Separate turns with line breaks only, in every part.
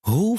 hoe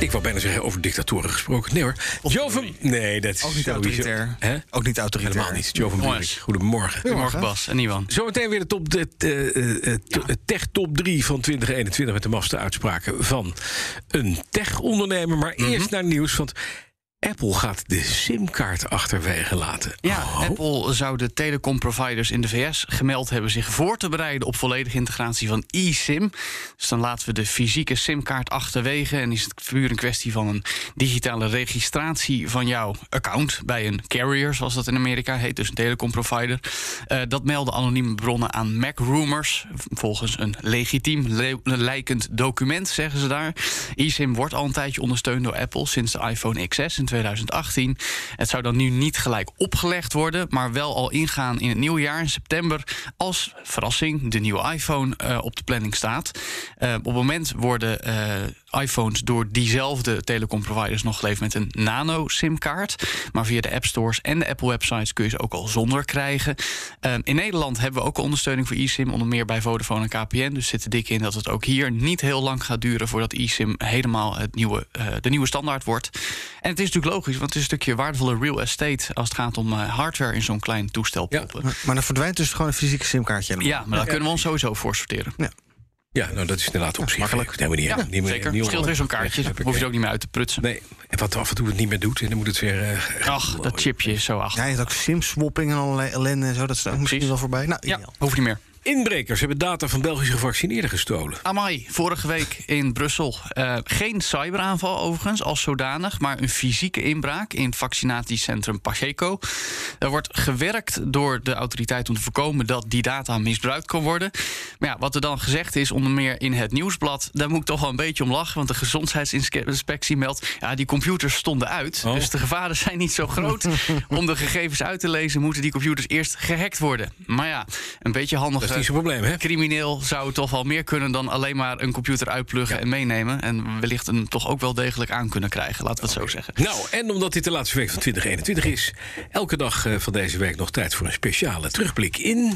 Ik wou bijna zeggen over dictatoren gesproken. Nee hoor. Joven. Nee, dat is
Ook niet
sowieso-
autoritair.
Hè?
Ook niet autoritair.
Helemaal niet. Joven
Jongens.
Buurik. Goedemorgen.
Goedemorgen Bas en Iwan.
Zometeen weer de, top, de, de, eh, eh, to- tech top 3 van 2021 met de mafste uitspraken van een tech-ondernemer. Maar
Mhm.
eerst naar nieuws, want Apple gaat de simkaart achterwege laten.
Ja,
Oh.
Apple zou de telecomproviders in de VS gemeld hebben zich voor te bereiden op volledige integratie van eSIM. Dus dan laten we de fysieke simkaart achterwege en is het puur een kwestie van een digitale registratie van jouw account bij een carrier, zoals dat in Amerika heet, dus een telecomprovider. Eh, dat melden anonieme bronnen aan Mac Rumors. Volgens een legitiem le- lijkend document zeggen ze daar. eSIM wordt al een tijdje ondersteund door Apple sinds de iPhone XS in 2018. Het zou dan nu niet gelijk opgelegd worden, maar wel al ingaan in het nieuwe jaar in september. Als verrassing de nieuwe iPhone eh, op de planning staat. Eh, op het moment worden eh, iPhones door diezelfde telecomproviders nog geleverd met een nano-SIM-kaart. Maar via de App Stores en de Apple websites kun je ze ook al zonder krijgen. Eh, in Nederland hebben we ook al ondersteuning voor eSIM, onder meer bij Vodafone en KPN. Dus zit er dik in dat het ook hier niet heel lang gaat duren voordat eSIM helemaal het nieuwe, eh, de nieuwe standaard wordt. En het is natuurlijk logisch, want het is een stukje waardevolle real estate als het gaat om eh, hardware in zo'n klein toestel
Ja.
proppen.
Maar, maar dan verdwijnt dus gewoon een fysieke simkaartje. helemaal.
Ja, maar daar kunnen we ons sowieso voor sorteren.
Ja, nou dat is inderdaad op zich makkelijk. Nee, maar niet,
Ja,
niet meer-
zeker.
niet
Scheelt weer zo'n kaartje.
Nee, heb ik,
hoef je
eh,
het ook niet meer uit te prutsen.
Nee, en wat af en toe het niet meer doet, en dan moet het weer. eh,
Ach, dat chipje is zo achter.
Ja, je hebt ook simswapping en allerlei ellende en zo. Dat is ook misschien wel voorbij. Nou,
Ja,
ideaal.
hoeft niet meer.
Inbrekers hebben data van Belgische gevaccineerden gestolen.
Amai, vorige week in Brussel. Eh, geen cyberaanval overigens, als zodanig, maar een fysieke inbraak in vaccinatiecentrum Pacheco. Er wordt gewerkt door de autoriteit om te voorkomen dat die data misbruikt kan worden. Maar ja, wat er dan gezegd is, onder meer in het nieuwsblad, daar moet ik toch wel een beetje om lachen, want de gezondheidsinspectie meldt, ja, die computers stonden uit,
Oh.
dus de gevaren zijn niet zo groot. om de gegevens uit te lezen, moeten die computers eerst gehackt worden. Maar ja, een beetje handig.
Dat is niet zo'n probleem, hè?
crimineel zou toch wel meer kunnen dan alleen maar een computer uitpluggen en meenemen. En wellicht hem toch ook wel degelijk aan kunnen krijgen, laten we het zo zeggen.
Nou, en omdat dit de laatste week van 2021 is, elke dag eh, van deze week nog tijd voor een speciale terugblik in.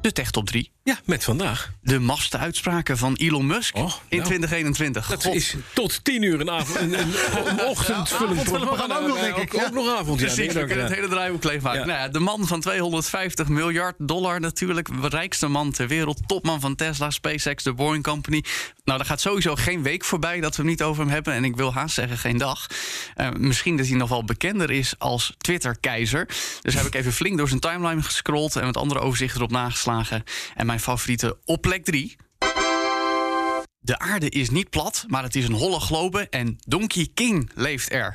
De Tech Top 3.
Ja, met vandaag.
De mafste uitspraken van Elon Musk
Oh, nou.
in 2021.
Dat
God.
is tot tien uur een, avond, een, een, een ochtendvullend programma.
ook nog,
Eh,
denk ik,
Ook,
ja.
ook nog avond, ja.
Precies,
denk ik
we
ook,
kunnen
ja.
het hele draaiboek leegmaken.
Ja.
Nou ja, de man van 250 miljard dollar natuurlijk. Rijkste man ter wereld. Topman van Tesla, SpaceX, de Boeing Company. Nou, daar gaat sowieso geen week voorbij dat we hem niet over hem hebben. En ik wil haast zeggen, geen dag. Eh, misschien dat hij nog wel bekender is als Twitter-keizer. Dus heb ik even flink door zijn timeline gescrolld... en wat andere overzichten erop nageslagen. En mijn favoriete op plek 3... De aarde is niet plat, maar het is een holle globe en Donkey King leeft er.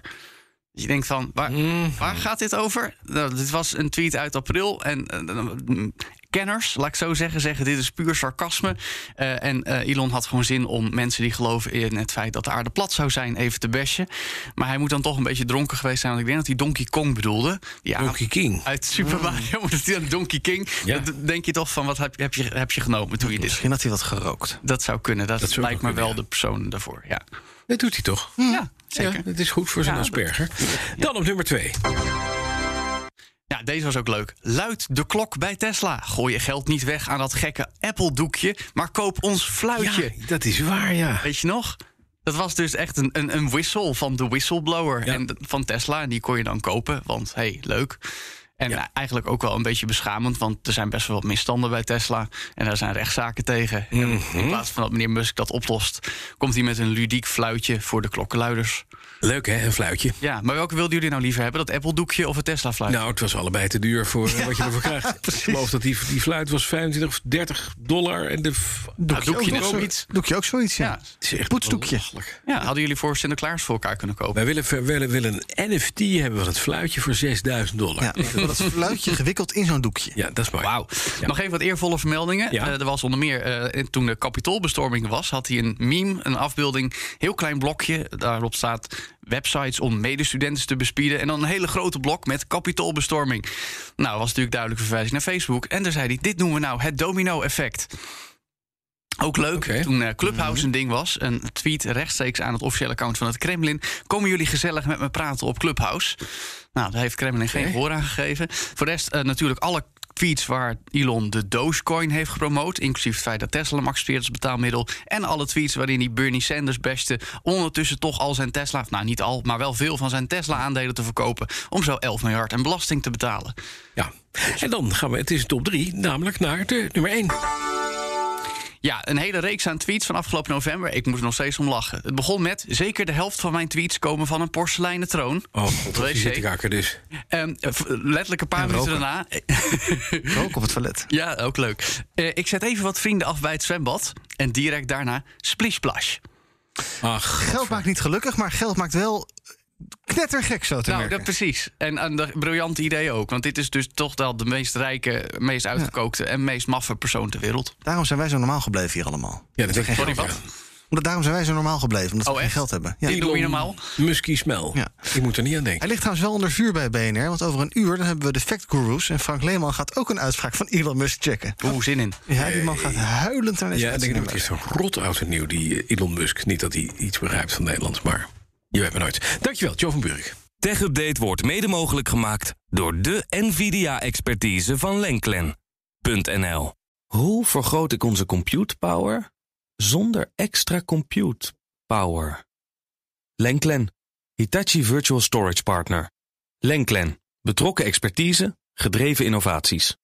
Dus je denkt van, waar,
Mhm.
waar gaat dit over? Nou, dit was een tweet uit april. En eh, eh, kenners, laat ik zo zeggen, zeggen dit is puur sarcasme. Eh, en eh, Elon had gewoon zin om mensen die geloven in het feit dat de aarde plat zou zijn, even te bashen. Maar hij moet dan toch een beetje dronken geweest zijn. Want ik denk dat hij Donkey Kong bedoelde. Ja,
Donkey King.
Uit Super Mario, maar dat is dan Donkey King.
Ja.
Dan denk je toch van, wat heb, heb, je, heb je genomen toen je dit...
Misschien had hij wat gerookt.
Dat zou kunnen, dat,
Dat zou
lijkt
nog
me
kunnen,
wel
ja.
de persoon daarvoor, ja.
Dat doet hij toch?
Ja, zeker.
Ja, het is goed voor zijn
Ja, dat-
Asperger. Dan op nummer twee.
Ja, deze was ook leuk. Luid de klok bij Tesla. Gooi je geld niet weg aan dat gekke Apple-doekje, maar koop ons fluitje.
Ja, dat is waar, ja.
Weet je nog? Dat was dus echt een, een, een whistle van de whistleblower
Ja.
en d- van Tesla. En die kon je dan kopen, want hey, leuk. En eh,
Ja.
eigenlijk ook wel een beetje beschamend, want er zijn best wel wat misstanden bij Tesla. En daar zijn rechtszaken tegen. En
Mhm.
In plaats van dat meneer Musk dat oplost, komt hij met een ludiek fluitje voor de klokkenluiders.
Leuk, hè? Een fluitje.
Ja, maar welke wilden jullie nou liever hebben? Dat Apple-doekje of het Tesla-fluitje?
Nou, het was allebei te duur voor eh, wat je ervoor krijgt. ik geloof dat die, die fluit was 25 of 30 dollar. En de f- Ah,
Nou, doekje
ook
is
nog.
zoiets.
Doe ik je ook zoiets, ja.
Ja. Oh,
Het is echt
Poetsdoekje.
Ja, hadden jullie voor Sinterklaas voor elkaar kunnen kopen?
Wij willen, ver- willen, willen een NFT hebben van het fluitje voor 6000 dollar.
Ja,
Ja,
dat is een fluitje gewikkeld in zo'n doekje.
dat is mooi.
Wauw. Nog even wat eervolle vermeldingen.
Ja.
Eh, er was onder meer, eh, toen de kapitoolbestorming was, had hij een meme, een afbeelding, heel klein blokje. Daarop staat websites om medestudenten te bespieden. En dan een hele grote blok met kapitoolbestorming. Nou, was natuurlijk duidelijk verwijzing naar Facebook. En daar zei hij, dit noemen we nou het domino-effect. Ook leuk,
Oké.
toen eh, Clubhouse een ding was, een tweet rechtstreeks aan het officiële account van het Kremlin. Komen jullie gezellig met me praten op Clubhouse? Nou, daar heeft Kremlin geen gehoor aan gegeven. Voor de rest eh, natuurlijk alle tweets waar Elon de Dogecoin heeft gepromoot. Inclusief het feit dat Tesla hem accepteert als betaalmiddel. En alle tweets waarin hij Bernie Sanders beste ondertussen toch al zijn Tesla... of nou, niet al, maar wel veel van zijn Tesla-aandelen te verkopen... om zo 11 miljard aan belasting te betalen.
Ja. En dan gaan we, het is de top 3, namelijk naar de nummer Oh, 1.
Ja, een hele reeks aan tweets van afgelopen november. Ik moet er nog steeds om lachen. Het begon met... zeker de helft van mijn tweets komen van een porseleinen troon.
Oh, god,
WC.
die zit ik akker dus.
Ehm, eh, v- letterlijk een paar
En
minuten
roken.
daarna...
Ook op het toilet.
ja, ook leuk. Eh, ik zet even wat vrienden af bij het zwembad. En direct daarna splishplash.
Ach,
Geld maakt niet gelukkig, maar geld maakt wel knettergek zo te
Nou, dat
merken.
precies. En een briljant idee ook. Want dit is dus toch wel de meest rijke, meest uitgekookte... en meest maffe persoon ter wereld.
Daarom zijn wij zo normaal gebleven hier allemaal.
ja, dat denk ik
Sorry,
ook,
wat?
Omdat daarom zijn wij zo normaal gebleven, omdat
Oh,
we geen
echt?
geld hebben. Ja.
Die doen we hier normaal.
ja. Musky smell.
Ja.
Ik moet er niet aan denken.
Hij ligt trouwens wel onder vuur bij BNR, want over een uur dan hebben we de Fact Gurus en Frank Leeman gaat ook een uitspraak van Elon Musk checken.
Oeh, zin in.
Ja, die man gaat huilend naar deze
Ja, ik denk dat het is
uitzending
zo'n rot oud en nieuw, die eh, Elon Musk. Niet dat hij iets begrijpt van Nederlands, maar je weet maar nooit. Dankjewel, Joe van Burg.
TechUpdate wordt mede mogelijk gemaakt door de NVIDIA-expertise van Lenklen.nl. Hoe vergroot ik onze compute power zonder extra compute power? Lenklen, Hitachi Virtual Storage Partner. Lenklen, betrokken expertise, gedreven innovaties.